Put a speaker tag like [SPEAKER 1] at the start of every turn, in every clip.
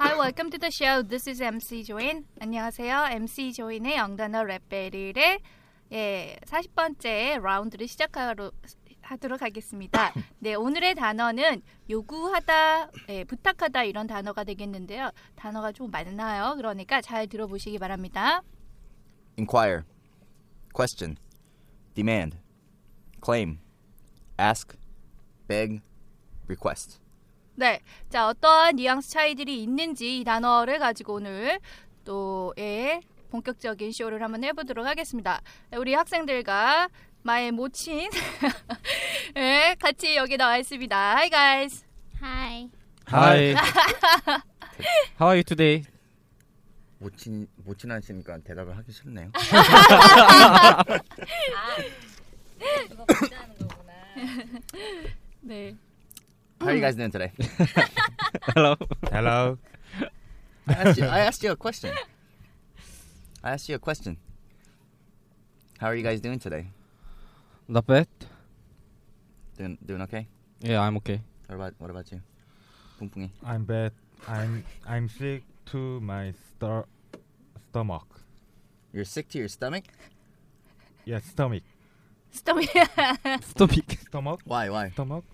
[SPEAKER 1] Hi, welcome to the show. This is MC Join. 안녕하세요. MC 조인의 영단어 랩벨일의 예, 40번째 라운드를 시작하도록 하겠습니다. 네, 오늘의 단어는 요구하다, 예, 부탁하다 이런 단어가 되겠는데요. 단어가 좀 많아요. 그러니까 잘 들어보시기 바랍니다.
[SPEAKER 2] Inquire. Question. Demand. Claim. Ask. Beg. Request.
[SPEAKER 1] 네, 자 어떠한 뉘앙스 차이들이 있는지 이 단어를 가지고 오늘 또 예, 본격적인 쇼를 한번 해보도록 하겠습니다. 네, 우리 학생들과 마의 모친 예, 같이 여기 나와 있습니다. Hi guys.
[SPEAKER 3] Hi.
[SPEAKER 4] Hi. How are you today?
[SPEAKER 2] 모친 모친하시니까 대답을 하기 싫네요.
[SPEAKER 5] 아,
[SPEAKER 1] 네.
[SPEAKER 2] How are you guys doing today?
[SPEAKER 4] Hello.
[SPEAKER 6] Hello.
[SPEAKER 2] I asked, you, I asked you a question. I asked you a question. How are you guys doing today?
[SPEAKER 4] Not bad.
[SPEAKER 2] Doing doing okay?
[SPEAKER 4] Yeah, I'm okay.
[SPEAKER 2] What about what about you? eh. 뿡뿡이.
[SPEAKER 6] I'm bad. I'm I'm sick to my star stomach.
[SPEAKER 2] You're sick to your stomach?
[SPEAKER 6] Yeah, stomach.
[SPEAKER 1] 스토미.
[SPEAKER 4] Stomach.
[SPEAKER 6] Stomach.
[SPEAKER 2] Why? Why?
[SPEAKER 6] Stomach.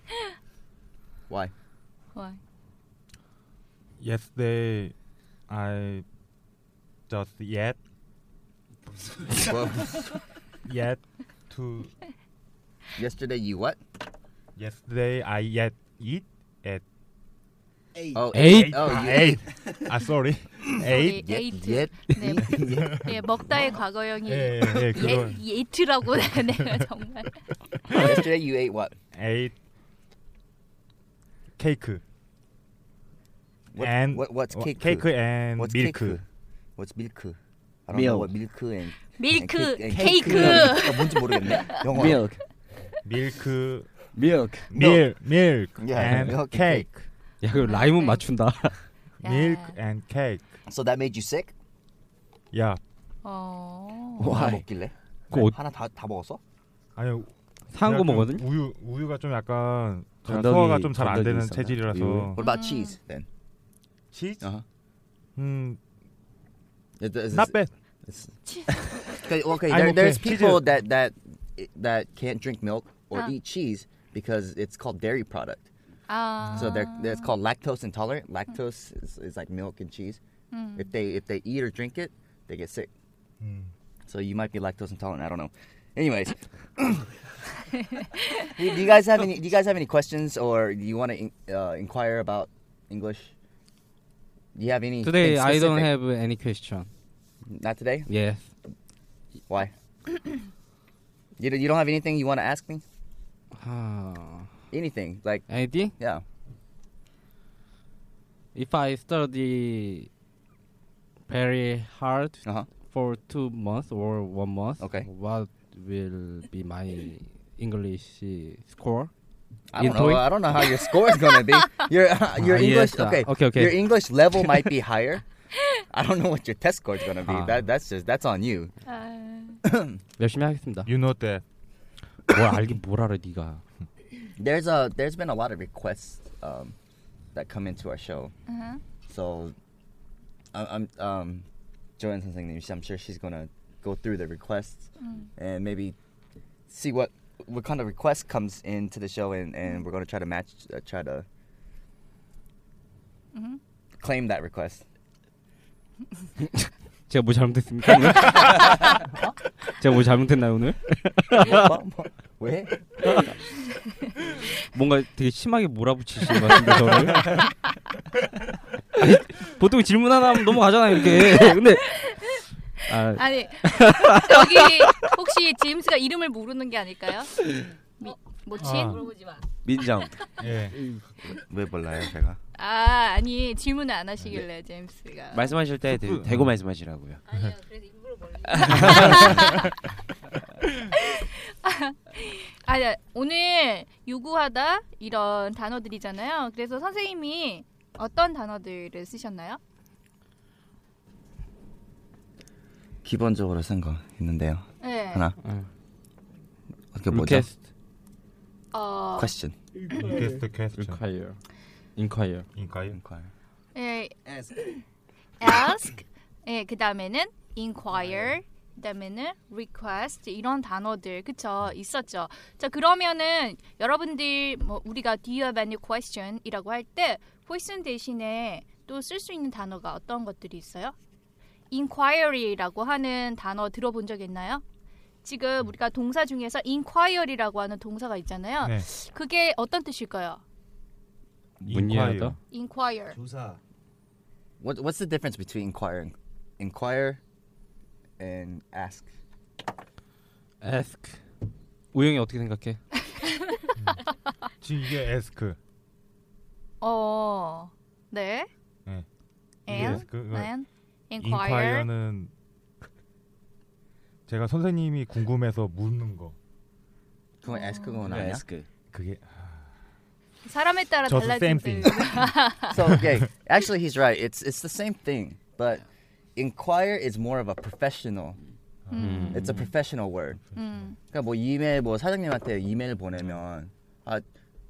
[SPEAKER 2] Why?
[SPEAKER 6] Yesterday, I just yet
[SPEAKER 2] Well,
[SPEAKER 6] yet to
[SPEAKER 2] yesterday you what?
[SPEAKER 6] yesterday I yet eat at
[SPEAKER 2] Oh,
[SPEAKER 4] Eight.
[SPEAKER 2] Oh,
[SPEAKER 6] Ah,
[SPEAKER 2] you
[SPEAKER 6] eight. ah, sorry. eight.
[SPEAKER 1] 예,
[SPEAKER 2] Yet, yet.
[SPEAKER 1] 네, 예, 먹다의 과거형이 예,
[SPEAKER 6] 예,
[SPEAKER 1] 아,
[SPEAKER 6] 예, 예, 그거
[SPEAKER 1] 예트라고 하네요 정말.
[SPEAKER 2] yesterday you ate what?
[SPEAKER 6] eight 케이크.
[SPEAKER 2] What,
[SPEAKER 6] And
[SPEAKER 2] what what's
[SPEAKER 6] 어,
[SPEAKER 2] cake?
[SPEAKER 6] 케이크 and
[SPEAKER 2] What's
[SPEAKER 6] 밀크.
[SPEAKER 2] 케이크? What's milk? I don't know
[SPEAKER 7] Milk.
[SPEAKER 2] what milk and
[SPEAKER 1] 밀크,
[SPEAKER 2] and
[SPEAKER 1] 케이크.
[SPEAKER 2] 아, 뭔지 모르겠네. 영어.
[SPEAKER 7] Milk.
[SPEAKER 6] 밀크.
[SPEAKER 7] Milk.
[SPEAKER 6] 밀 밀크
[SPEAKER 2] Yeah,
[SPEAKER 6] and
[SPEAKER 2] milk and
[SPEAKER 6] cake.
[SPEAKER 4] 야, 그 라임은 맞춘다.
[SPEAKER 1] 야.
[SPEAKER 6] Milk and cake.
[SPEAKER 2] So that made you sick?
[SPEAKER 6] 야,
[SPEAKER 1] 어.
[SPEAKER 2] 하나
[SPEAKER 7] Why?
[SPEAKER 2] 먹길래?
[SPEAKER 4] 그 어-
[SPEAKER 2] 하나 다 다 먹었어?
[SPEAKER 6] 아니
[SPEAKER 4] 사한
[SPEAKER 6] 제가
[SPEAKER 4] 거
[SPEAKER 6] 좀
[SPEAKER 4] 먹거든요.
[SPEAKER 6] 우유 우유가 좀 약간 제가
[SPEAKER 7] 건더기,
[SPEAKER 6] 소화가 좀 잘 안
[SPEAKER 7] 건더기
[SPEAKER 6] 되는
[SPEAKER 7] 있어요.
[SPEAKER 6] 체질이라서
[SPEAKER 2] What about
[SPEAKER 1] 음.
[SPEAKER 2] cheese then?
[SPEAKER 6] 치즈.
[SPEAKER 2] Uh-huh.
[SPEAKER 6] 음,
[SPEAKER 2] It- it's-
[SPEAKER 6] not bad.
[SPEAKER 2] Okay, okay. There,
[SPEAKER 6] I'm okay.
[SPEAKER 2] There's
[SPEAKER 6] Cheese.
[SPEAKER 2] people that that that can't drink milk or
[SPEAKER 1] Ah.
[SPEAKER 2] eat cheese because it's called dairy product.
[SPEAKER 1] 아.
[SPEAKER 2] So they're, they're- it's called lactose intolerant. Lactose is, is like milk and cheese. If they if they eat or drink it, they get sick.
[SPEAKER 4] Hmm.
[SPEAKER 6] 음.
[SPEAKER 2] So you might be lactose intolerant. I don't know. Anyways, do you guys have any? Do you guys have any questions or do you want to in, uh, inquire about English? Do you have any?
[SPEAKER 4] Today
[SPEAKER 2] thing
[SPEAKER 4] I don't
[SPEAKER 2] specific?
[SPEAKER 4] have any question.
[SPEAKER 2] Not today.
[SPEAKER 4] Yes.
[SPEAKER 2] Why? you don't- you don't have anything you want to ask me?
[SPEAKER 4] 아,
[SPEAKER 2] Anything like
[SPEAKER 4] anything?
[SPEAKER 2] yeah.
[SPEAKER 4] If I study very hard
[SPEAKER 2] Uh huh.
[SPEAKER 4] for two months or one month,
[SPEAKER 2] Okay.
[SPEAKER 4] what will be my English score?
[SPEAKER 2] I don't
[SPEAKER 4] Either
[SPEAKER 2] know.
[SPEAKER 4] way.
[SPEAKER 2] I don't know how your score is gonna be. Your uh, your
[SPEAKER 4] Ah,
[SPEAKER 2] English
[SPEAKER 4] yes, ah,
[SPEAKER 2] okay.
[SPEAKER 4] okay, okay.
[SPEAKER 2] Your English level might be higher. I don't know what your test score is gonna be.
[SPEAKER 4] Ah.
[SPEAKER 2] That that's just that's on you.
[SPEAKER 1] 아.
[SPEAKER 4] 열심히 하겠습니다.
[SPEAKER 6] You know that.
[SPEAKER 4] 뭘 알긴 뭘 알아 네가.
[SPEAKER 2] There's a there's been a lot of requests um, that come into our show.
[SPEAKER 1] Uh-huh.
[SPEAKER 2] So I'm, I'm um, Joanne something. I'm sure she's gonna go through the requests and maybe see what what kind of request comes into the show, and, and we're gonna try to match uh, try to
[SPEAKER 1] Mhm.
[SPEAKER 2] claim that request.
[SPEAKER 4] 제가 뭐 잘못했습니까 오늘? 제가 뭐 잘못했나요 오늘?
[SPEAKER 2] 왜?
[SPEAKER 4] 뭔가 되게 심하게 몰아붙이시는 것 같은데 저를 아니, 보통 질문 하나 하면 넘어가잖아요 이렇게 근데 아,
[SPEAKER 1] 아니 여기 혹시 제임스가 이름을 모르는 게 아닐까요? 미, 모친?
[SPEAKER 6] 아.
[SPEAKER 1] 물어보지 마.
[SPEAKER 2] 민정.
[SPEAKER 6] 예.
[SPEAKER 2] 왜 몰라요, 제가?
[SPEAKER 1] 아 아니 질문을 안 하시길래 제임스가.
[SPEAKER 3] 말씀하실 때 대- 대고 말씀하시라고요.
[SPEAKER 1] 아니요 그래서 일부러 멀리. 아니 네. 오늘 요구하다 이런 단어들이잖아요. 그래서 선생님이 어떤 단어들을 쓰셨나요?
[SPEAKER 2] 기본적으로 쓴 거 있는데요.
[SPEAKER 1] 네.
[SPEAKER 2] 하나.
[SPEAKER 4] 응.
[SPEAKER 2] 어떻게 뭐죠?
[SPEAKER 4] request
[SPEAKER 1] 어,
[SPEAKER 2] question.
[SPEAKER 6] Request
[SPEAKER 2] 그렇죠.
[SPEAKER 6] the question.
[SPEAKER 4] require inquire
[SPEAKER 6] 인과요?
[SPEAKER 2] Inquire.
[SPEAKER 1] 예, ask. 예, 그다음에는 inquire. 그다음에는 request 이런 단어들 그쵸 있었죠. 자 그러면은 여러분들 뭐 우리가 do you have any question이라고 할 때 question 대신에 또 쓸 수 있는 단어가 어떤 것들이 있어요? inquiry라고 하는 단어 들어본 적 있나요? 지금 우리가 동사 중에서 inquiry라고 하는 동사가 있잖아요.
[SPEAKER 6] 네.
[SPEAKER 1] 그게 어떤 뜻일까요?
[SPEAKER 4] 문의하다
[SPEAKER 1] inquire.
[SPEAKER 2] What What's the difference between inquire and inquire and ask?
[SPEAKER 4] ask 우영이 어떻게 생각해?
[SPEAKER 6] 지금 이게 ask.
[SPEAKER 1] 어, 네.
[SPEAKER 6] 네. 이게 그
[SPEAKER 1] And,
[SPEAKER 6] ask. 이거
[SPEAKER 1] and, inquire.
[SPEAKER 6] inquire는 제가 선생님이 궁금해서 묻는 거.
[SPEAKER 2] 그건 ask 그건 아니야?
[SPEAKER 3] ask.
[SPEAKER 6] 그게
[SPEAKER 1] 사람에 따라 그
[SPEAKER 6] 저도 same thing.
[SPEAKER 1] 달라지는.
[SPEAKER 2] So okay, actually he's right. It's it's the same thing, but inquire is more of a professional.
[SPEAKER 4] 음.
[SPEAKER 2] It's a professional word.
[SPEAKER 1] 음,
[SPEAKER 2] 그러니까 뭐 이메일 뭐 사장님한테 이메일 보내면 아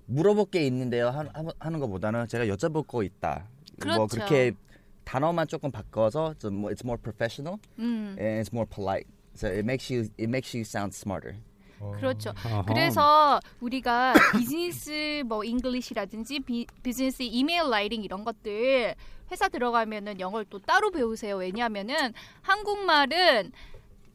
[SPEAKER 2] 물어볼 게 있는데요 하, 하, 하는 것보다는 제가 여쭤볼 거 있다.
[SPEAKER 1] 그렇죠.
[SPEAKER 2] 뭐 그렇게 단어만 조금 바꿔서 좀 뭐 it's more professional
[SPEAKER 1] 음.
[SPEAKER 2] and it's more polite. So it makes you it makes you sound smarter.
[SPEAKER 6] 어,
[SPEAKER 1] 그렇죠.
[SPEAKER 4] 아하.
[SPEAKER 1] 그래서 우리가 비즈니스 뭐 잉글리시라든지 비, 비즈니스 이메일 라이팅 이런 것들 회사 들어가면은 영어를 또 따로 배우세요. 왜냐하면은 한국말은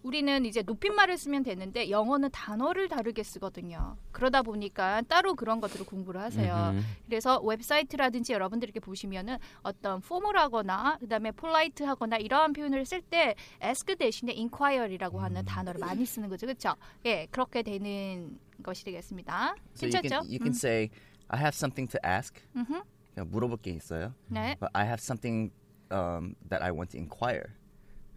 [SPEAKER 1] 우리는 이제 높임말을 쓰면 되는데 영어는 단어를 다르게 쓰거든요. 그러다 보니까 따로 그런 것들을 공부를 하세요.
[SPEAKER 4] 음.
[SPEAKER 1] 그래서 웹사이트라든지 여러분들 이렇게 보시면은 어떤 포멀하거나 그다음에 폴라이트하거나 이러한 표현을 쓸 때 ask 대신에 inquiry라고 하는 단어를 많이 쓰는 거죠, 그렇죠? 예, 그렇게 되는 것이 되겠습니다.
[SPEAKER 2] So you can
[SPEAKER 1] 괜찮죠?
[SPEAKER 2] you can
[SPEAKER 1] 음.
[SPEAKER 2] say I have something to ask.
[SPEAKER 1] 음흠.
[SPEAKER 2] 그냥 물어볼 게 있어요.
[SPEAKER 1] 네,
[SPEAKER 2] But I have something um, that I want to inquire.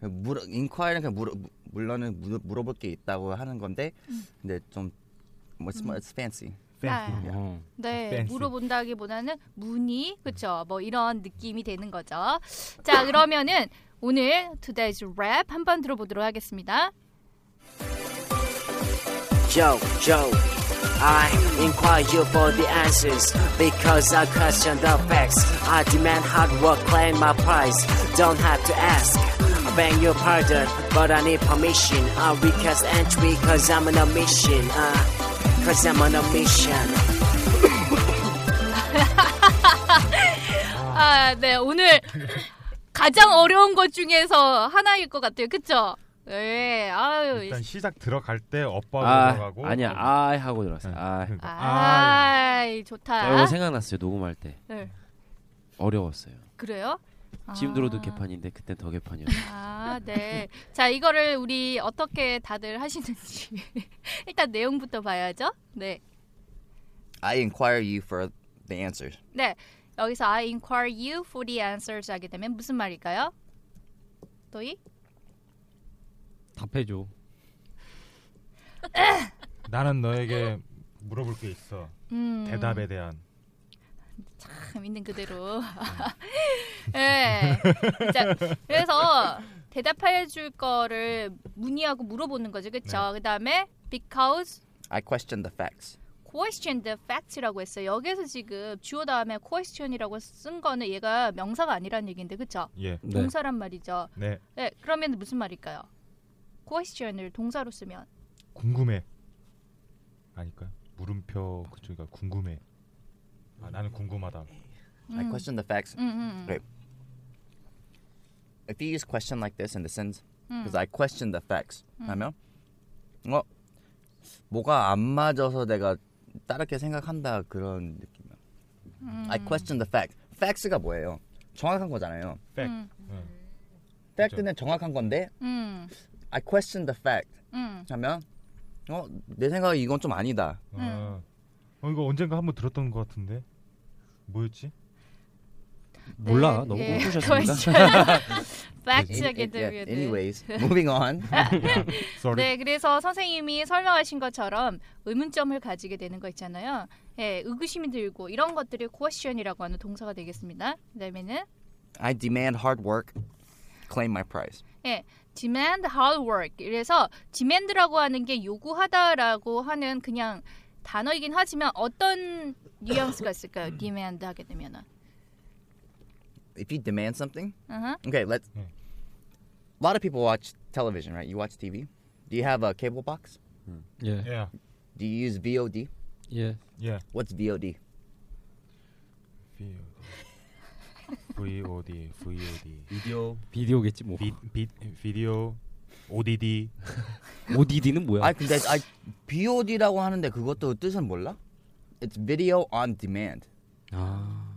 [SPEAKER 2] 그러니까 물어 inquire는 그냥 물어 물론은 물- 물어볼 게 있다고 하는 건데
[SPEAKER 1] 음.
[SPEAKER 2] 근데 좀뭐 it's, more- it's fancy.
[SPEAKER 6] fancy.
[SPEAKER 4] 어.
[SPEAKER 1] 네,
[SPEAKER 6] Fancy.
[SPEAKER 1] 물어본다기보다는 문의, 그렇죠? 뭐 이런 느낌이 되는 거죠. 자, 그러면은 오늘 today's rap 한번 들어보도록 하겠습니다.
[SPEAKER 8] Yo, yo, I inquire you for the answers because I question the facts. I demand hard work, claim my price. Don't have to ask. I beg your pardon, but I need permission. I request entry because I'm on a mission. Uh, because I'm on a mission.
[SPEAKER 1] 아, 네, 오늘 가장 어려운 것 중에서 하나일 것 같아요, 그렇죠? 예, 아유,
[SPEAKER 6] 일단 시작 들어갈 때 업바로
[SPEAKER 3] 아
[SPEAKER 6] 들어가고
[SPEAKER 3] 아니야 아 하고 들어왔어.
[SPEAKER 6] 네.
[SPEAKER 3] 아
[SPEAKER 6] 그러니까. 아,
[SPEAKER 1] 아, 이
[SPEAKER 3] 저 이거
[SPEAKER 1] 좋다.
[SPEAKER 3] 생각났어요 녹음할 때
[SPEAKER 1] 네.
[SPEAKER 3] 어려웠어요.
[SPEAKER 1] 그래요?
[SPEAKER 3] 지금 들어도
[SPEAKER 1] 아,
[SPEAKER 3] 개판인데 그땐 더 개판이었어요.
[SPEAKER 1] 아, 네. 자, 이거를 우리 어떻게 다들 하시는지 일단 내용부터 봐야죠. 네,
[SPEAKER 2] I inquire you for the answers.
[SPEAKER 1] 네. 여기서 I inquire you for the answers 하게 되면 무슨 말일까요? 또이?
[SPEAKER 4] 답해줘
[SPEAKER 6] 예. 나는 너에게 물어볼 게 있어.
[SPEAKER 1] 음.
[SPEAKER 6] 대답에 대한.
[SPEAKER 1] 참 있는 그대로. 예. 자, 그래서 대답해 줄 거를 문의하고 물어보는 거죠.
[SPEAKER 4] 네.
[SPEAKER 1] 그렇죠? 그다음에 because
[SPEAKER 2] I question the facts.
[SPEAKER 1] question the fact라고 했어요. 여기서 지금 주어 다음에 question이라고 쓴 거는 얘가 명사가 아니라는 얘기인데 그렇죠?
[SPEAKER 6] 예.
[SPEAKER 4] 네.
[SPEAKER 1] 동사란 말이죠.
[SPEAKER 6] 네.
[SPEAKER 1] 예. 그러면 무슨 말일까요? question을 동사로 쓰면
[SPEAKER 6] 궁금해. 아닐까? 물음표 그쪽이가 궁금해. 아, 나는 궁금하다.
[SPEAKER 2] I question the facts.
[SPEAKER 1] Mm. 음, 음, 음.
[SPEAKER 2] 네. if you use question like this in the sense, because I question the facts, 하면 어 뭐가 안 맞아서 내가 다르게 생각한다 그런 느낌. I question the fact. facts가 뭐예요? 정확한 거잖아요.
[SPEAKER 6] Fact.
[SPEAKER 2] fact는 정확한 건데
[SPEAKER 1] 음,
[SPEAKER 2] I question the fact
[SPEAKER 1] 음,
[SPEAKER 2] 하면 어 내 생각에 이건 좀 아니다.
[SPEAKER 6] 아, 어, 이거 언젠가 한번 들었던 것 같은데 뭐였지?
[SPEAKER 4] 몰라.
[SPEAKER 1] 네,
[SPEAKER 4] 너무
[SPEAKER 1] 예.
[SPEAKER 4] 꿈꾸셨습니다. 예,
[SPEAKER 1] 팩트하게
[SPEAKER 2] Any- yeah,
[SPEAKER 1] 되게
[SPEAKER 2] anyways, moving on.
[SPEAKER 6] Sorry.
[SPEAKER 1] 네, 그래서 선생님이 설명하신 것처럼 의문점을 가지게 되는 거 있잖아요. 예, 의구심이 들고 이런 것들이 question이라고 하는 동사가 되겠습니다. 그다음에는
[SPEAKER 2] I demand hard work. Claim my prize.
[SPEAKER 1] 예, demand hard work. 그래서 demand라고 하는 게 요구하다라고 하는 그냥 단어이긴 하지만 어떤 뉘앙스가 있을까요? demand 하게 되면은.
[SPEAKER 2] If you demand something,
[SPEAKER 1] Uh-huh.
[SPEAKER 2] Okay, let's.
[SPEAKER 6] Yeah.
[SPEAKER 2] A lot of people watch television, right? You watch TV. Do you have a cable box?
[SPEAKER 4] 예.
[SPEAKER 6] Yeah.
[SPEAKER 2] Do you use VOD?
[SPEAKER 4] 예.
[SPEAKER 6] Yeah.
[SPEAKER 2] What's VOD?
[SPEAKER 6] VOD. VOD.
[SPEAKER 5] 비디오
[SPEAKER 4] 비디오겠지 뭐.
[SPEAKER 6] 비, 비, 비디오 ODD.
[SPEAKER 4] ODD는 뭐야?
[SPEAKER 2] I 근데 I VOD라고 하는데 그것도 뜻은 몰라? It's video on demand.
[SPEAKER 4] 아.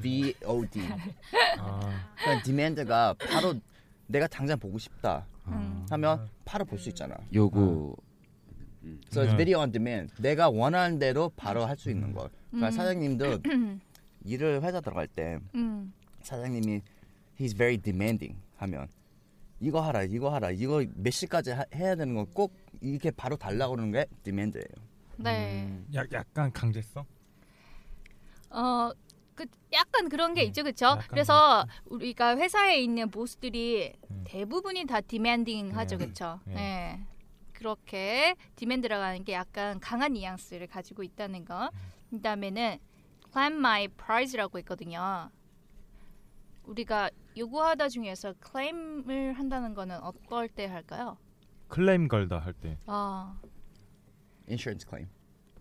[SPEAKER 2] VOD.
[SPEAKER 6] 아,
[SPEAKER 2] 그러니까 demand가 바로 내가 당장 보고 싶다 하면 바로 볼 수 있잖아. 음.
[SPEAKER 3] 요구
[SPEAKER 2] So it's
[SPEAKER 6] 네.
[SPEAKER 2] video on demand. 내가 원하는 대로 바로 할 수 있는 걸. 그러니까 사장님도 일을 회사 들어갈 때
[SPEAKER 1] 음.
[SPEAKER 2] 사장님이 he's very demanding 하면 이거 하라 이거 하라 이거 몇 시까지 하- 해야 되는 거 꼭 이렇게 바로 달라고 그러는 게 demand예요.
[SPEAKER 1] 네.
[SPEAKER 6] 야, 약간 강제성?
[SPEAKER 1] 어, 그 약간 그런 게 있죠, 그렇죠?
[SPEAKER 6] 네. 약간
[SPEAKER 1] 그래서 우리가 회사에 있는 보스들이
[SPEAKER 6] 음.
[SPEAKER 1] 대부분이 다 디맨딩하죠,
[SPEAKER 6] 네.
[SPEAKER 1] 그렇죠?
[SPEAKER 6] 네.
[SPEAKER 1] 네. 그렇게 디맨드라는 게 약간 강한 뉘앙스를 가지고 있다는 거. 그다음에는 claim my prize라고 있거든요. 우리가 요구하다 중에서 claim을 한다는 거는 어떨 때 할까요?
[SPEAKER 6] 클레임 걸다 할 때.
[SPEAKER 1] 아,
[SPEAKER 2] Insurance claim.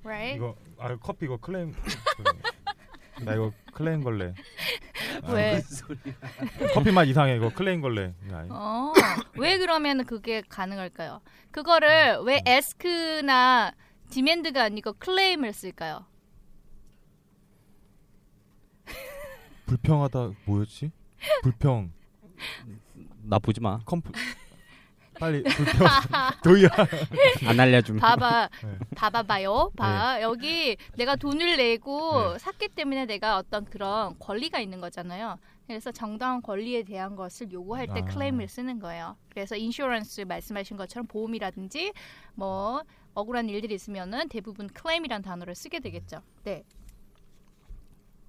[SPEAKER 1] right?
[SPEAKER 6] 이거 아 커피 이거 클레임. 나 이거 클레임 걸래. 아,
[SPEAKER 1] 왜?
[SPEAKER 6] 커피 맛 이상해 이거 클레임 걸래. 이거 아니-
[SPEAKER 1] 어, 왜 그러면 그게 가능할까요? 그거를
[SPEAKER 6] 음.
[SPEAKER 1] 왜 ask나 demand가 아니고 claim을 쓸까요?
[SPEAKER 6] 불평하다 뭐였지? 불평.
[SPEAKER 4] 나쁘지 마.
[SPEAKER 6] 컴프. 빨리 불평. 도희야.
[SPEAKER 4] 안 알려줌.
[SPEAKER 1] 봐봐,
[SPEAKER 6] 네.
[SPEAKER 1] 봐봐봐요. 봐. 여기 내가 돈을 내고
[SPEAKER 6] 네.
[SPEAKER 1] 샀기 때문에 내가 어떤 그런 권리가 있는 거잖아요. 그래서 정당한 권리에 대한 것을 요구할 때
[SPEAKER 6] 아.
[SPEAKER 1] claim을 쓰는 거예요. 그래서 insurance 말씀하신 것처럼 보험이라든지 뭐 억울한 일들이 있으면은 대부분 claim이란 단어를 쓰게 되겠죠. 네.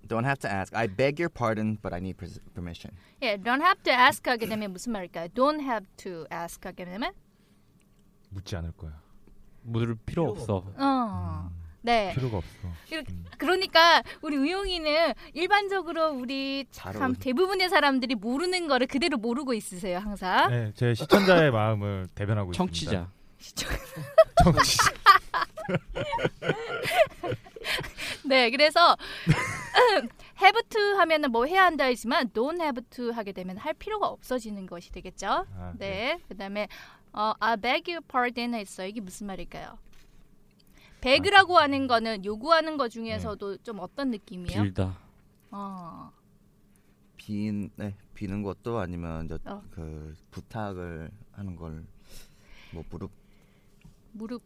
[SPEAKER 2] Don't have to ask. I beg your pardon, but I need pers- permission.
[SPEAKER 1] 예, don't have to ask 하게 되면 무슨 말일까요? don't have to ask 하게 되면
[SPEAKER 6] 묻지 않을 거야.
[SPEAKER 4] 물을 필요 없어.
[SPEAKER 1] 어. 네.
[SPEAKER 6] 필요가 없어.
[SPEAKER 1] 이렇- 그러니까 우리 의용이는 일반적으로 우리 참
[SPEAKER 2] 바로.
[SPEAKER 1] 대부분의 사람들이 모르는 거를 그대로 모르고 있으세요, 항상.
[SPEAKER 6] 네, 제 시청자의 마음을 대변하고 있습니다.
[SPEAKER 4] 청취자.
[SPEAKER 6] 청취자.
[SPEAKER 1] 네, 그래서 have to 하면은 뭐 해야 한다이지만 don't have to 하게 되면 할 필요가 없어지는 것이 되겠죠.
[SPEAKER 6] 아,
[SPEAKER 1] 네, 그다음에 어, I beg your pardon 했어. 이게 무슨 말일까요? beg라고 하는 거는 요구하는 것 중에서도 좀 어떤 느낌이에요?
[SPEAKER 4] 빌다.
[SPEAKER 1] 어,
[SPEAKER 2] 빈, 네, 비는 것도 아니면 저,
[SPEAKER 1] 어.
[SPEAKER 2] 그 부탁을 하는 걸뭐 무릎
[SPEAKER 1] 무릎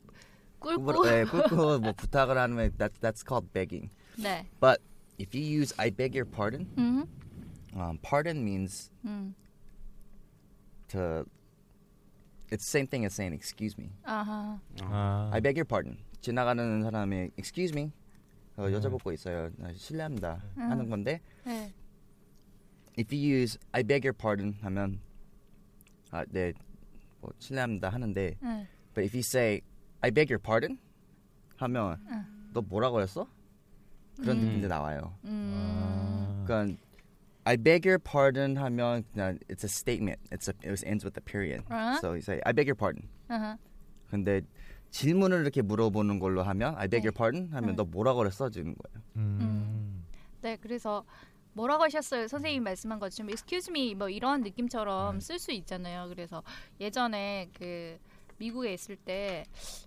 [SPEAKER 2] 꿇고,
[SPEAKER 1] 꿇고.
[SPEAKER 2] 네, 꿇고 뭐 부탁을 하면 that that's called begging.
[SPEAKER 1] 네.
[SPEAKER 2] But if you use I beg your pardon,
[SPEAKER 1] 음,
[SPEAKER 2] um, pardon means
[SPEAKER 1] 음,
[SPEAKER 2] to. It's the same thing as saying excuse me.
[SPEAKER 1] 아하.
[SPEAKER 6] 아,
[SPEAKER 2] I beg your pardon. 지나가는 사람이 excuse me. 어, 여쭤보고 있어요. 나 실례합니다. 하는 건데
[SPEAKER 1] 네.
[SPEAKER 2] if you use I beg your pardon 하면 아, 네. 뭐 실례합니다 하는데
[SPEAKER 1] 응.
[SPEAKER 2] but if you say I beg your pardon 하면 너 뭐라고 그랬어? 그런 느낌도 나와요.
[SPEAKER 1] 음.
[SPEAKER 2] 그러니까 I beg your pardon 하면 그냥 it's a statement. It's a, it ends with a period.
[SPEAKER 1] 아.
[SPEAKER 2] So you say I beg your pardon.
[SPEAKER 1] 아하.
[SPEAKER 2] 근데 질문을 이렇게 물어보는 걸로 하면 I beg your pardon 하면 너 뭐라고 그랬어? 지는 거예요.
[SPEAKER 6] 음.
[SPEAKER 1] 네, 그래서 뭐라고 하셨어요? 선생님 말씀한 것처럼 excuse me 뭐 이런 느낌처럼 쓸 수 있잖아요. 그래서 예전에 그 미국에 있을 때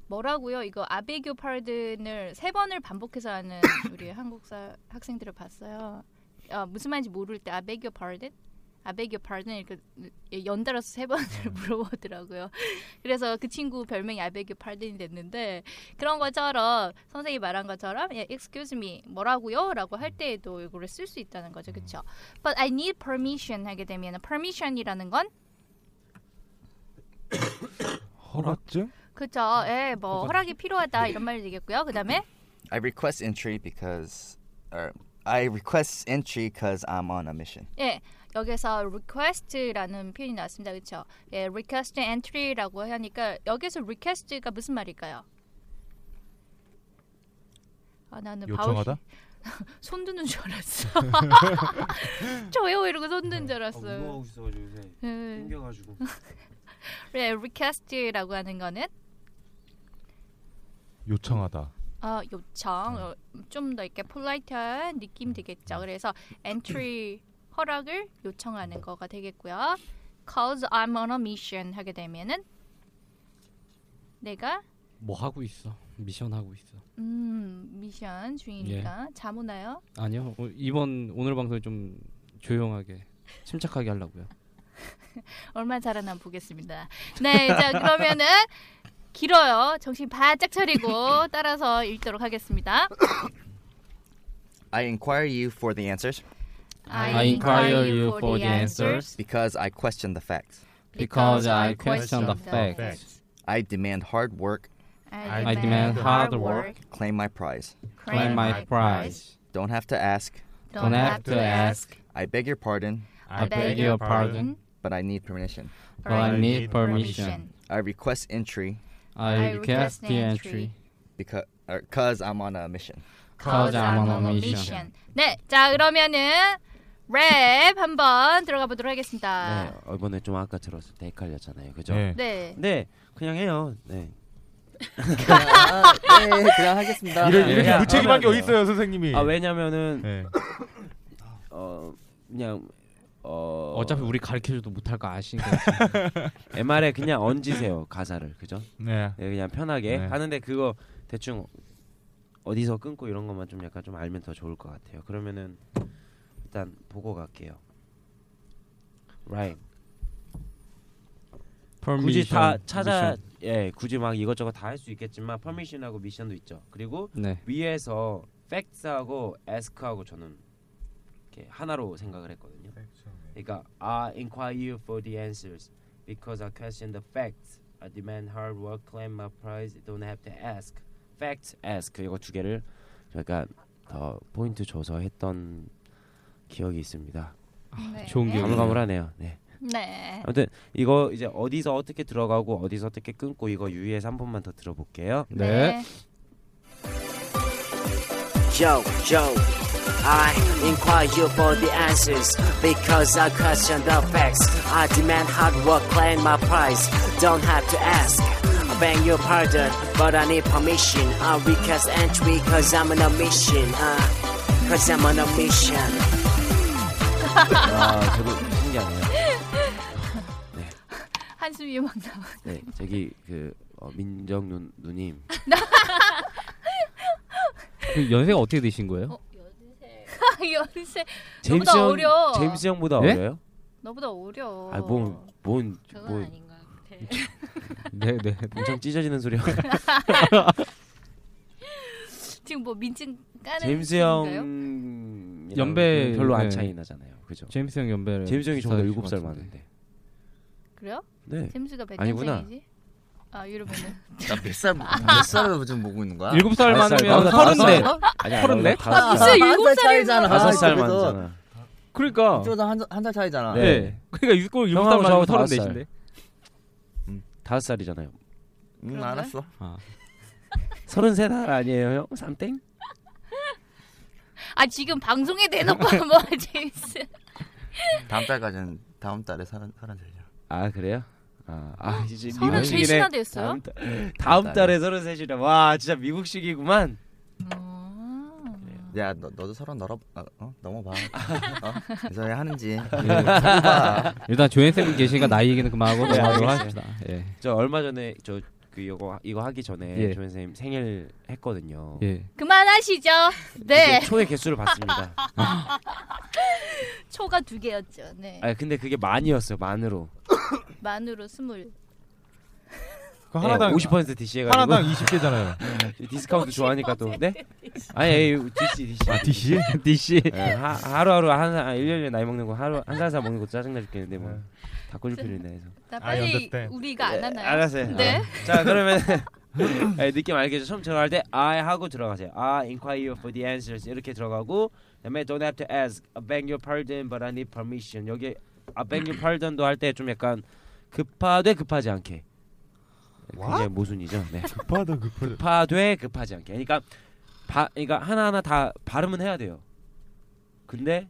[SPEAKER 1] 뭐라고요? 이거 아베규 파든을 세 번을 반복해서 하는 우리 한국사 학생들을 봤어요. 아, 무슨 말인지 모를 때 아베규 파든 아베규 파든 이렇게 연달아서 세 번을 물어보더라고요. 그래서 그 친구 별명이 아베규 파든이 됐는데 그런 것처럼 선생님이 말한 것처럼 예, excuse me 뭐라고요? 라고 할 때에도 이거를 쓸 수 있다는 거죠.
[SPEAKER 6] 음.
[SPEAKER 1] 그렇죠? But I need permission 하게 되면 permission이라는 건
[SPEAKER 6] 허락증?
[SPEAKER 1] 그렇죠. 예, 뭐 허락이
[SPEAKER 6] 네.
[SPEAKER 1] 필요하다 이런 말이 되겠고요. 그다음에
[SPEAKER 2] I request entry because or I request entry because I'm on a mission.
[SPEAKER 1] 예,
[SPEAKER 6] 네.
[SPEAKER 1] 여기서 request라는 표현이 나왔습니다. 그렇죠? 예, request entry라고 하니까 여기서 request가 무슨 말일까요? 아, 나는 바울
[SPEAKER 6] 요청하다?
[SPEAKER 1] 손 드는 줄 알았어. 저요 이러고 손 드는 줄 알았어요.
[SPEAKER 3] 네. 아, 있어가지고 요새
[SPEAKER 1] 예.
[SPEAKER 3] 땡겨가지고
[SPEAKER 1] 네, request라고 하는 거는
[SPEAKER 6] 요청하다.
[SPEAKER 1] 어,
[SPEAKER 3] 네.
[SPEAKER 1] 요청 좀 더 이렇게 폴라이트한 느낌 되겠죠. 그래서 entry 허락을 요청하는 거가 되겠고요. Cause I'm on a mission 하게 되면은 내가
[SPEAKER 4] 뭐 하고 있어? 미션 하고 있어.
[SPEAKER 1] 음
[SPEAKER 3] 예.
[SPEAKER 1] 미션 중이니까 잠오나요?
[SPEAKER 4] 아니요. 어, 이번 오늘 방송 좀 조용하게 침착하게 하려고요.
[SPEAKER 1] 얼마나 잘하나 보겠습니다. 네, 자 그러면은 길어요. 정신 바짝 차리고 따라서 읽도록 하겠습니다.
[SPEAKER 2] I inquire you for the answers
[SPEAKER 4] I inquire you for the answers
[SPEAKER 2] because I question the facts.
[SPEAKER 4] because I question the facts.
[SPEAKER 2] I demand hard work,
[SPEAKER 1] I
[SPEAKER 6] I
[SPEAKER 1] demand
[SPEAKER 6] demand
[SPEAKER 1] hard
[SPEAKER 4] hard
[SPEAKER 1] work.
[SPEAKER 2] claim my prize.
[SPEAKER 4] Claim my prize.
[SPEAKER 2] Don't have to ask.
[SPEAKER 1] Don't have to ask.
[SPEAKER 2] I beg your pardon,
[SPEAKER 1] I beg your pardon,
[SPEAKER 2] but I need permission.
[SPEAKER 1] but I need
[SPEAKER 4] permission.
[SPEAKER 1] permission.
[SPEAKER 2] I request entry
[SPEAKER 4] I request the entry.
[SPEAKER 2] because or cause I'm on a mission.
[SPEAKER 1] Cause I'm on a mission. 네, 자 그러면은 랩 한번 들어가 보도록 하겠습니다.
[SPEAKER 3] 네, 어, 이번에 좀 아까 들었을 때 헷갈렸잖아요, 그죠?
[SPEAKER 6] 네.
[SPEAKER 1] 네.
[SPEAKER 3] 네, 그냥 해요. 네.
[SPEAKER 2] 아, 네, 그냥 하겠습니다.
[SPEAKER 6] 이런 이렇게
[SPEAKER 3] 야,
[SPEAKER 6] 무책임한 게
[SPEAKER 3] 그러면-
[SPEAKER 6] 어디 있어요, 선생님이?
[SPEAKER 3] 아 왜냐면은
[SPEAKER 6] 네.
[SPEAKER 3] 어 그냥 어
[SPEAKER 4] 어차피 우리 가르쳐줘도 못할 거 아시니까.
[SPEAKER 3] MR에 그냥 얹으세요 가사를, 그죠?
[SPEAKER 6] 네.
[SPEAKER 3] 예, 그냥 편하게
[SPEAKER 6] 네.
[SPEAKER 3] 하는데 그거 대충 어디서 끊고 이런 것만 좀 약간 좀 알면 더 좋을 것 같아요. 그러면은 일단 보고 갈게요. Right. 굳이 다 찾아 예 굳이 막 이것저것 다 할 수 있겠지만 퍼미션하고 미션도 있죠. 그리고
[SPEAKER 4] 네.
[SPEAKER 3] 위에서 facts하고 ask하고 저는 이렇게 하나로 생각을 했거든요. 그러니까 I inquire you for the answers because I question the facts. I demand hard work, claim my prize, don't have to ask. Facts, ask 이거 두 개를 약간 더 포인트 줘서 했던 기억이 있습니다.
[SPEAKER 1] 네.
[SPEAKER 4] 좋은 기억.
[SPEAKER 3] 가물가물하네요. 네.
[SPEAKER 1] 네.
[SPEAKER 3] 아무튼 이거 이제 어디서 어떻게 들어가고 어디서 어떻게 끊고 이거 유의해서 한 번만 더 들어볼게요.
[SPEAKER 4] 네.
[SPEAKER 8] Yo, yo, I inquire you for the answers because I question the facts. I demand hard work, claim my prize. Don't have to ask. I beg your pardon, but I need permission. I request entry because I'm on a mission. Uh, because I'm on a mission.
[SPEAKER 3] 아, 저도 신기하네요.
[SPEAKER 1] 한숨이 막 나와.
[SPEAKER 3] 네, 저기 그 어, 민정 누, 누님
[SPEAKER 4] 그 연세가 어떻게 되신 거예요?
[SPEAKER 1] 아, 연세
[SPEAKER 3] 제임스
[SPEAKER 1] 너보다
[SPEAKER 3] 형
[SPEAKER 1] 어려워.
[SPEAKER 3] 제임스 형보다
[SPEAKER 4] 예?
[SPEAKER 3] 어려요?
[SPEAKER 1] 너보다 어려.
[SPEAKER 3] 아뭔뭔
[SPEAKER 1] 그건
[SPEAKER 3] 아, 뭐,
[SPEAKER 1] 아닌 것 같아.
[SPEAKER 4] 네, 네.
[SPEAKER 3] 엄청 찢어지는 소리.
[SPEAKER 1] 지금 뭐 민증 까는
[SPEAKER 3] 음, 제임스
[SPEAKER 1] 중인가요?
[SPEAKER 3] 형
[SPEAKER 4] 연배-
[SPEAKER 3] 음, 별로 안
[SPEAKER 4] 네.
[SPEAKER 3] 차이 나잖아요. 그죠?
[SPEAKER 4] 제임스 형 연배를
[SPEAKER 3] 제임스 형이 저보다
[SPEAKER 4] 비슷하실
[SPEAKER 3] 7살
[SPEAKER 4] 것 같은데.
[SPEAKER 3] 많은데.
[SPEAKER 1] 그래요?
[SPEAKER 3] 네.
[SPEAKER 1] 제임스가 몇
[SPEAKER 3] 아니구나.
[SPEAKER 1] 년생이지? 아 유럽에는
[SPEAKER 2] 나몇살몇 살을 지금 보고 있는 거야?
[SPEAKER 4] 일곱 살
[SPEAKER 3] 다섯 아, 살,
[SPEAKER 4] 많으면
[SPEAKER 3] 다섯 살.
[SPEAKER 4] 서른네.
[SPEAKER 3] 아니야.
[SPEAKER 4] 서른네?
[SPEAKER 3] 다섯
[SPEAKER 1] 아,
[SPEAKER 3] 살.
[SPEAKER 1] 무슨 일곱
[SPEAKER 2] 한살 차이잖아.
[SPEAKER 3] 다섯 살
[SPEAKER 2] 그래서
[SPEAKER 3] 많잖아.
[SPEAKER 4] 그러니까.
[SPEAKER 2] 이쪽에서 한- 한살 차이잖아.
[SPEAKER 3] 네.
[SPEAKER 4] 네. 그러니까 육골 일곱 살
[SPEAKER 3] 형하고
[SPEAKER 4] 많으면
[SPEAKER 3] 저하고 다섯 살.
[SPEAKER 4] 서른네신데.
[SPEAKER 3] 다섯 살이잖아요.
[SPEAKER 2] 음,
[SPEAKER 1] 그런가요?
[SPEAKER 2] 알았어.
[SPEAKER 3] 아, 서른 세살 아니에요, 형? 삼땡?
[SPEAKER 1] 아 지금 방송에 대놓고 뭐 제임스
[SPEAKER 2] 다음 달까지는 다음 달에 서른 서른 살이야.
[SPEAKER 3] 아 그래요? 아, 아 이제
[SPEAKER 1] 서른
[SPEAKER 3] 미국식이네.
[SPEAKER 1] 셋이나 됐어요?
[SPEAKER 3] 다음, 달- 다음 달에 서른 셋이라. 와 진짜 미국식이구만.
[SPEAKER 1] 음.
[SPEAKER 2] 야 너, 너도 서로 널어 어, 어? 넘어봐 어? 이 소리 하는지 그, 이거
[SPEAKER 4] 네.
[SPEAKER 2] 서로 봐.
[SPEAKER 4] 일단 조연 쌤 계시니까 나이 얘기는 그만하고
[SPEAKER 3] 네,
[SPEAKER 4] 넘어가도록
[SPEAKER 3] 알겠습니다.
[SPEAKER 4] 하겠습니다. 예.
[SPEAKER 3] 저 얼마 전에 저 그 이거 이거 하기 전에
[SPEAKER 4] 예.
[SPEAKER 3] 조현 선생님 생일 했거든요.
[SPEAKER 4] 예.
[SPEAKER 1] 그만하시죠. 네.
[SPEAKER 3] 이제 초의 개수를 봤습니다.
[SPEAKER 1] 초가 두 개였죠. 네.
[SPEAKER 3] 아 근데 그게 만이었어요. 만으로.
[SPEAKER 1] 만으로 스물.
[SPEAKER 6] 그
[SPEAKER 3] 예,
[SPEAKER 6] 하나당
[SPEAKER 3] 50% DC해가지고
[SPEAKER 6] 하나당 20개잖아요.
[SPEAKER 3] 디스카운트 좋아하니까 또 네? 아니 에이, DC DC.
[SPEAKER 6] 아 DC?
[SPEAKER 4] DC
[SPEAKER 3] 예, 하, 하루하루 한살 일년에 나이 먹는 거 하루 한 살 살 먹는 거 짜증나 죽겠는데 뭐 다 꼬줄 필요 있나 해서.
[SPEAKER 1] 나
[SPEAKER 6] I
[SPEAKER 1] 빨리
[SPEAKER 6] understand.
[SPEAKER 1] 우리가 네. 안 하나요?
[SPEAKER 3] 알았어요.
[SPEAKER 1] 네.
[SPEAKER 3] 아. 자 그러면 예, 느낌 알겠죠? 처음 들어갈 때 I 하고 들어가세요. I inquire for the answers 이렇게 들어가고 그다음에 don't have to ask, I beg your pardon, but I need permission. 여기 I beg your pardon도 할 때 좀 약간 급하되 급하지 않게. 굉장히 모순이죠. 네.
[SPEAKER 6] 급하다 급하다.
[SPEAKER 3] 급하되 급하지 않게. 그러니까 바, 그러니까 하나하나 다 발음은 해야 돼요. 근데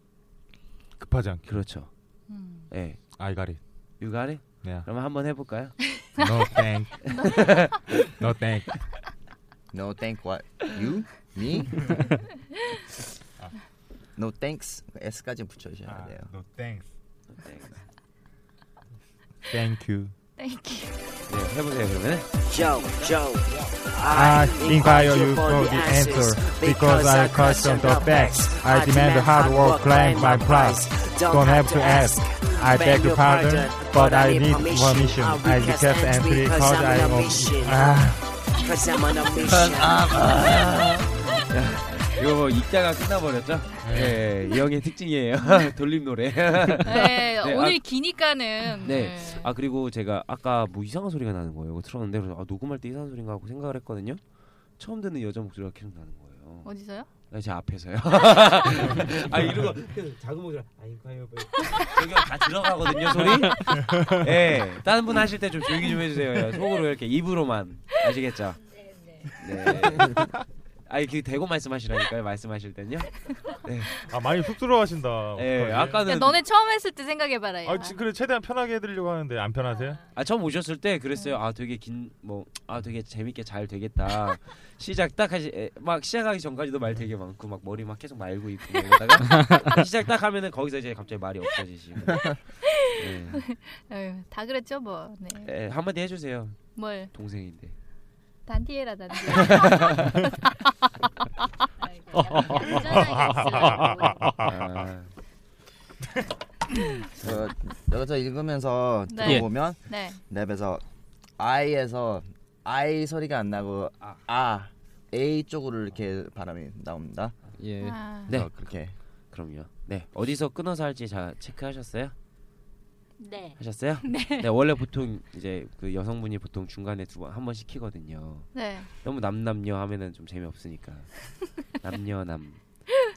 [SPEAKER 6] 급하지 않게. 아,
[SPEAKER 3] 그렇죠.
[SPEAKER 1] 음.
[SPEAKER 3] 예. 네.
[SPEAKER 6] I got it.
[SPEAKER 3] 유가리?
[SPEAKER 6] 네.
[SPEAKER 3] 그럼 한번 해 볼까요?
[SPEAKER 6] No thank. no thank.
[SPEAKER 2] No thank what you me 아, No thanks S까지 붙여주셔야
[SPEAKER 6] 아,
[SPEAKER 2] 돼요
[SPEAKER 6] no thanks.
[SPEAKER 3] 네,
[SPEAKER 6] Thank you.
[SPEAKER 1] Thank you.
[SPEAKER 3] 네, 해 보세요, 그러면.
[SPEAKER 8] Joe, Joe,
[SPEAKER 6] I inquire you for the answer because I question the facts. I demand hard work, claim my price. Don't have to ask. I beg your pardon, but I need permission. I request entry because I am
[SPEAKER 8] mission.
[SPEAKER 6] 아,
[SPEAKER 8] Cause I'm on a mission.
[SPEAKER 3] 이거 뭐 이따가 끝나버렸죠? 예, 이 형의 특징이에요. 돌림 노래.
[SPEAKER 1] 네,
[SPEAKER 3] 네,
[SPEAKER 1] 오늘
[SPEAKER 3] 아-
[SPEAKER 1] 기니까는.
[SPEAKER 3] 네. 아 그리고 제가 아까 뭐 이상한 소리가 나는 거예요. 이거 틀었는데 그래서 아, 녹음할 때 이상한 소리인가 하고 생각을 했거든요. 처음 듣는 여자 목소리가 계속 나는 거예요.
[SPEAKER 1] 어디서요?
[SPEAKER 3] 네, 제 앞에서요. 아 이러고 계속 작은 목소리 아닌가요? 저기 다 들어가거든요 소리. 예, 다른 분 하실 때 좀 조용히 좀 해주세요. 예, 속으로 이렇게 입으로만 아시겠죠? 네. 아 이렇게 대고 말씀하시라니까요. 말씀하실 땐요.
[SPEAKER 6] 아 많이 쑥스러워하신다.
[SPEAKER 3] 예,
[SPEAKER 6] 어떡하지?
[SPEAKER 1] 야,
[SPEAKER 3] 아까는
[SPEAKER 1] 그러니까 너네 처음 했을 때 생각해봐라. 야.
[SPEAKER 6] 아, 지- 그래 최대한 편하게 해드리려고 하는데 안 편하세요?
[SPEAKER 3] 아 처음 오셨을 때 그랬어요.
[SPEAKER 1] 네.
[SPEAKER 3] 아 되게 긴 뭐 아 되게 재밌게 잘 되겠다. 시작 딱 하시 에, 막 시작하기 전까지도 말 되게 많고 막 머리 막 계속 말고 있고 막 이러다가 시작 딱 하면은 거기서 이제 갑자기 말이 없어지시고. 네.
[SPEAKER 1] 에휴, 다 그랬죠 뭐. 네.
[SPEAKER 3] 에, 한마디 해주세요.
[SPEAKER 1] 뭘
[SPEAKER 3] 동생인데.
[SPEAKER 1] 단디에라 단디. 아,
[SPEAKER 3] 아,
[SPEAKER 2] 저, 여기서 읽으면서
[SPEAKER 1] 네.
[SPEAKER 2] 들어보면
[SPEAKER 1] 네.
[SPEAKER 2] 랩에서 I에서 I 소리가 안 나고
[SPEAKER 3] 아.
[SPEAKER 2] 아 A 쪽으로 이렇게 바람이 나옵니다
[SPEAKER 4] 예.
[SPEAKER 1] 아,
[SPEAKER 3] 네.
[SPEAKER 2] 어, 그렇게
[SPEAKER 3] 그럼요. 네 어디서 끊어서 할지 자 체크하셨어요?
[SPEAKER 1] 네.
[SPEAKER 3] 하셨어요? 네. 원래 보통 이제 그 여성분이 보통 중간에 두 번 한 번씩 키거든요.
[SPEAKER 1] 네.
[SPEAKER 3] 너무 남남녀 하면은 좀 재미없으니까 남녀남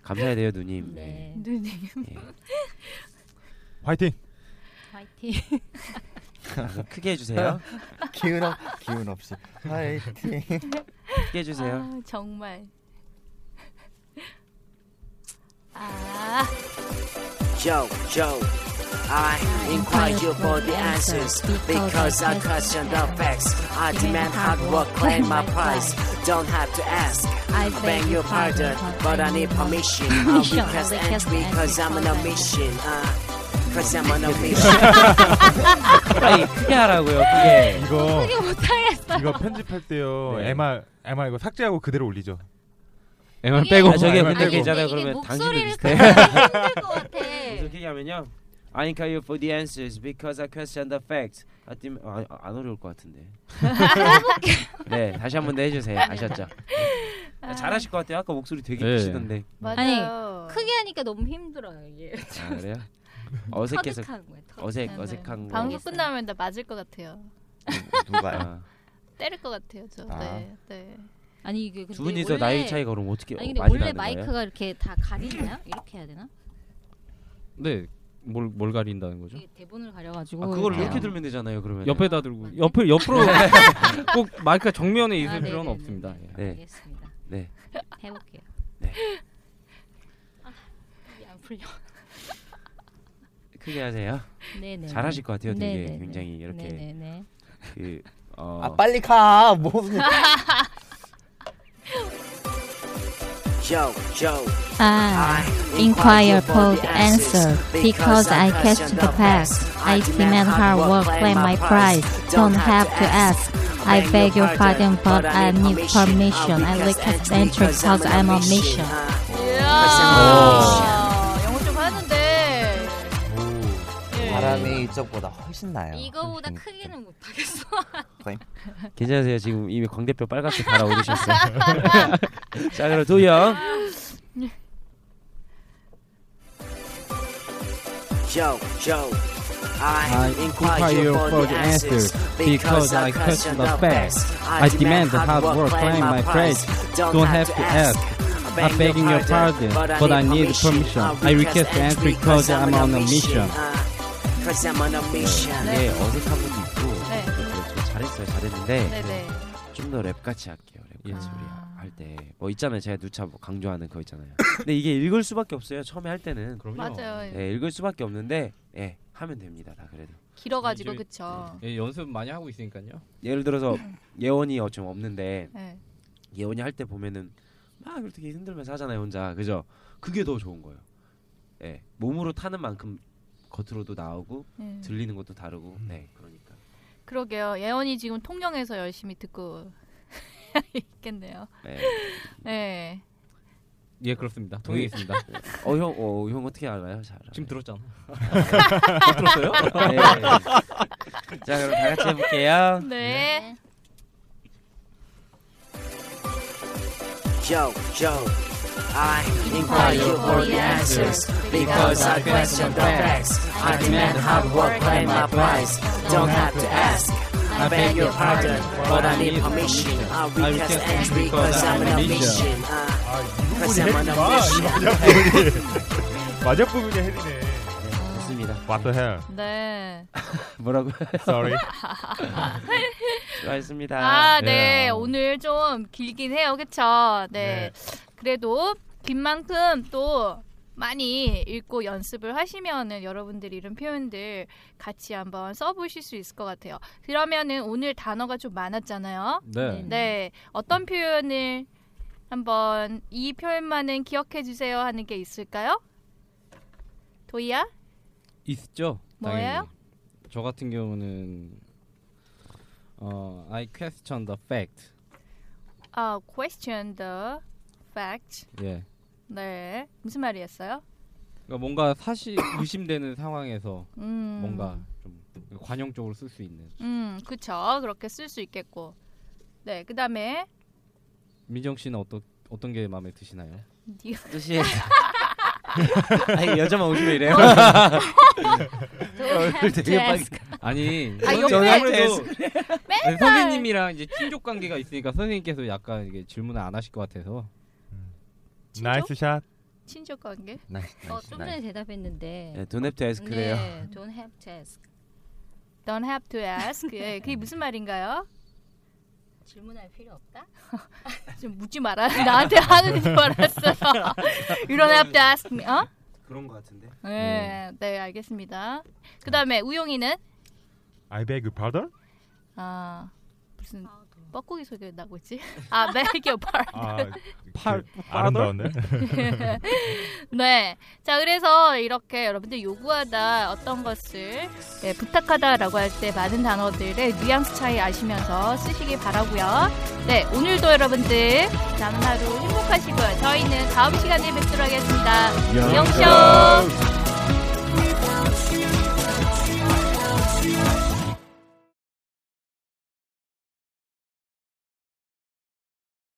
[SPEAKER 3] 감사해야 돼요 누님 네.
[SPEAKER 1] 누님
[SPEAKER 3] 예.
[SPEAKER 6] 화이팅.
[SPEAKER 1] 화이팅.
[SPEAKER 3] 아, 크게 해주세요
[SPEAKER 2] 기운 없 기운 없이 화이팅
[SPEAKER 3] 크게 해주세요
[SPEAKER 1] 아, 정말. 아,
[SPEAKER 8] Joe, Joe. I inquire you for the answers because I question the facts. I demand hard work, claim my price. Don't have to ask. I beg your pardon, but I need permission. I'll request entry because I'm on a mission. Uh, because I'm on a mission.
[SPEAKER 3] 아니 크게 하라고요 크게
[SPEAKER 6] 이거
[SPEAKER 1] 이게 못하겠어.
[SPEAKER 6] 이거 편집할 때요.
[SPEAKER 3] 네.
[SPEAKER 6] MR MR 이거 삭제하고 그대로 올리죠.
[SPEAKER 4] MR
[SPEAKER 1] 이게-
[SPEAKER 4] 빼고.
[SPEAKER 3] 아 저기
[SPEAKER 6] 아니,
[SPEAKER 3] 근데
[SPEAKER 6] 아니,
[SPEAKER 3] 괜찮아요
[SPEAKER 1] 이게
[SPEAKER 3] 그러면 당신도
[SPEAKER 1] 목소리를 네.
[SPEAKER 3] 비슷해
[SPEAKER 1] 힘들 것 같아.
[SPEAKER 3] 무슨 크게 하면요 I inquire you for the answers because I question the facts 아, 띠- 아, 안 어려울 것 같은데 네 다시 한 번 더 해주세요 아셨죠 아, 잘하실 것 같아요 아까 목소리 되게
[SPEAKER 4] 네.
[SPEAKER 3] 크시던데
[SPEAKER 1] 맞아요.
[SPEAKER 9] 크게 하니까 너무 힘들어요 이게
[SPEAKER 3] 아 그래요? 어색해서
[SPEAKER 9] 터득한 거예요 터득.
[SPEAKER 3] 어색
[SPEAKER 1] 네, 네.
[SPEAKER 3] 어색한 거
[SPEAKER 1] 방송 끝나면 나 맞을 것 같아요.
[SPEAKER 2] 누가요
[SPEAKER 3] 아,
[SPEAKER 1] 때릴 것 같아요. 저.
[SPEAKER 2] 아.
[SPEAKER 1] 네. 네.
[SPEAKER 9] 아니 이게 근데
[SPEAKER 3] 두 분이서
[SPEAKER 9] 원래,
[SPEAKER 3] 나이 차이가 그럼 어떻게
[SPEAKER 9] 아니 근데
[SPEAKER 3] 많이
[SPEAKER 9] 원래
[SPEAKER 3] 나는 거예요?
[SPEAKER 9] 마이크가 이렇게 다 가리나요? 이렇게 해야 되나?
[SPEAKER 4] 네. 뭘, 뭘 가린다는 거죠?
[SPEAKER 9] 이게 대본을 가려가지고
[SPEAKER 3] 아, 그걸 이렇게
[SPEAKER 9] 뭐 해요.
[SPEAKER 3] 들면 되잖아요. 그러면
[SPEAKER 4] 옆에다 들고 네. 옆에 옆으로 꼭 마이크가 정면에 있을
[SPEAKER 9] 아, 네,
[SPEAKER 4] 필요는
[SPEAKER 9] 네, 네,
[SPEAKER 4] 없습니다. 예.
[SPEAKER 3] 네.
[SPEAKER 9] 알겠습니다
[SPEAKER 3] 네.
[SPEAKER 9] 해볼게요
[SPEAKER 3] 네.
[SPEAKER 9] 아, 이게 안 풀려
[SPEAKER 3] 크게 하세요.
[SPEAKER 9] 네네
[SPEAKER 3] 잘하실 것 같아요. 되게
[SPEAKER 9] 네네네.
[SPEAKER 3] 굉장히 이렇게
[SPEAKER 9] 네네네
[SPEAKER 3] 그 어,
[SPEAKER 10] 뭐
[SPEAKER 2] 아 빨리 가뭐 yo, yo.
[SPEAKER 8] I inquire for the answer because I question the facts. I demand hard work, claim my prize. Don't have to ask. I beg your pardon, but I need permission. I look at the entry because I'm on mission.
[SPEAKER 3] 아,
[SPEAKER 1] 이야. 영어 좀 하는데. 예.
[SPEAKER 10] 바람이 이쪽보다 훨씬 나요. 음,
[SPEAKER 11] 이거보다 크게는 못하겠어.
[SPEAKER 3] 괜찮으세요? 지금 이미 광대뼈 빨갛게 달아오르셨어요. 자 그럼 도영.
[SPEAKER 2] Yo, yo.
[SPEAKER 6] I
[SPEAKER 2] I inquire for the answers because I question the facts. I demand the hard work, claim my praise. Don't have to ask. I'm begging your pardon, but I need permission. I request the answer because I'm on a mission. Cause I'm on a mission.
[SPEAKER 3] 네 어색한 것도 있고.
[SPEAKER 1] 네.
[SPEAKER 3] 네, 저 잘했어요. 잘했는데
[SPEAKER 1] 네네.
[SPEAKER 3] 좀 더 랩 같이 할게요.
[SPEAKER 4] 예.
[SPEAKER 3] 랩 같이
[SPEAKER 1] 아.
[SPEAKER 3] 우리 할때 뭐 있잖아요. 제가 누차 뭐 강조하는 거 있잖아요. 근데 이게 읽을 수밖에 없어요. 처음에 할 때는.
[SPEAKER 4] 그럼요.
[SPEAKER 1] 맞아요.
[SPEAKER 3] 네, 읽을 수밖에 없는데 예 하면 됩니다. 다 그래도.
[SPEAKER 1] 길어가지고
[SPEAKER 4] 이제-
[SPEAKER 1] 그쵸.
[SPEAKER 4] 예, 연습 많이 하고 있으니까요.
[SPEAKER 3] 예를 들어서 예원이 어, 좀 없는데
[SPEAKER 1] 네.
[SPEAKER 3] 예원이 할 때 보면은 막 이렇게 되게 힘들면서 하잖아요 혼자 그죠 그게 더 좋은 거예요 예 몸으로 타는 만큼 겉으로도 나오고
[SPEAKER 1] 네.
[SPEAKER 3] 들리는 것도 다르고 네 그러니까
[SPEAKER 1] 그러게요. 예언이 지금 통영에서 열심히 듣고 있겠네요.
[SPEAKER 3] 네.
[SPEAKER 1] 네.
[SPEAKER 4] 예, 그렇습니다. 동의했습니다.
[SPEAKER 3] 어형어형 어, 형 어떻게 알아요 잘 알아요.
[SPEAKER 4] 지금 들었잖아.
[SPEAKER 3] 들었어요 네. 예. 자 그럼 다 같이 해볼게요
[SPEAKER 1] 네.
[SPEAKER 10] 음.
[SPEAKER 2] Yo, yo. I inquire for the answers because I question the facts. I demand hard work, claim my prize. Don't have to ask. I beg your pardon, but I need permission. I request answers because I'm on a mission. Because I'm on a mission.
[SPEAKER 4] 맞아 부분이 헤리네.
[SPEAKER 3] 좋습니다
[SPEAKER 4] What the hell?
[SPEAKER 1] 네.
[SPEAKER 3] 뭐라고
[SPEAKER 4] Sorry.
[SPEAKER 3] 수고하셨습니다
[SPEAKER 1] 아, 네.
[SPEAKER 4] 예.
[SPEAKER 1] 오늘 좀 길긴 해요. 그쵸? 네. 그래도 긴 만큼 또 많이 읽고 연습을 하시면은 여러분들이 이런 표현들 같이 한번 써보실 수 있을 것 같아요. 그러면은 오늘 단어가 좀 많았잖아요.
[SPEAKER 4] 네.
[SPEAKER 1] 네, 어떤 표현을 한번 이 표현만은 기억해 주세요 하는 게 있을까요? 도희야?
[SPEAKER 4] 있죠.
[SPEAKER 1] 뭐예요?
[SPEAKER 4] 당연히. 저 같은 경우는 어, I question the fact.
[SPEAKER 1] 아, question the fact.
[SPEAKER 4] 예.
[SPEAKER 1] 네, 무슨 말이었어요?
[SPEAKER 4] 그러니까 뭔가 사실 의심되는 상황에서
[SPEAKER 1] 음,
[SPEAKER 4] 뭔가 좀 관용적으로 쓸 수 있는
[SPEAKER 1] 음, 그쵸. 그렇게 쓸 수 있겠고. 네, 그 다음에
[SPEAKER 4] 민정 씨는 어떤 어떤 게 마음에 드시나요?
[SPEAKER 1] 네.
[SPEAKER 3] 뜻이 아니 여자만 오시면 이래요
[SPEAKER 1] 어,
[SPEAKER 3] 얼굴 되게 빨개
[SPEAKER 4] 아니
[SPEAKER 1] 네. 아,
[SPEAKER 4] 선생님
[SPEAKER 1] 옆에
[SPEAKER 4] 아무래도 아니, 선생님이랑 이제 친족 관계가 있으니까 선생님께서 약간 이게 질문을 안 하실 것 같아서
[SPEAKER 1] 친족?
[SPEAKER 6] 나이스 샷.
[SPEAKER 1] 친족 관계?
[SPEAKER 10] 네,
[SPEAKER 11] 어, 좀 전에 대답했는데.
[SPEAKER 3] 네, 도넵트 에스크래요
[SPEAKER 11] 네, don't have to ask.
[SPEAKER 1] Don't have to ask. 예, 그게 무슨 말인가요?
[SPEAKER 11] 질문할 필요 없다.
[SPEAKER 1] 좀 묻지 마라. 나한테 하는 줄 알았어요. You don't have to ask me. 어?
[SPEAKER 3] 그런 거 같은데
[SPEAKER 1] 네, 네 알겠습니다. 그다음에 우용이는
[SPEAKER 6] I beg your pardon?
[SPEAKER 1] 아 무슨 뻐꾸기 소리가 나고 있지? 아 맥여 팔.
[SPEAKER 6] 아,
[SPEAKER 4] 팔-
[SPEAKER 6] 아름다운데?
[SPEAKER 1] 네, 자 그래서 이렇게 여러분들 요구하다 어떤 것을 예, 부탁하다라고 할 때 많은 단어들의 뉘앙스 차이 아시면서 쓰시길 바라고요. 네, 오늘도 여러분들 남은 하루 행복하시고요. 저희는 다음 시간에 뵙도록 하겠습니다. 영쇼.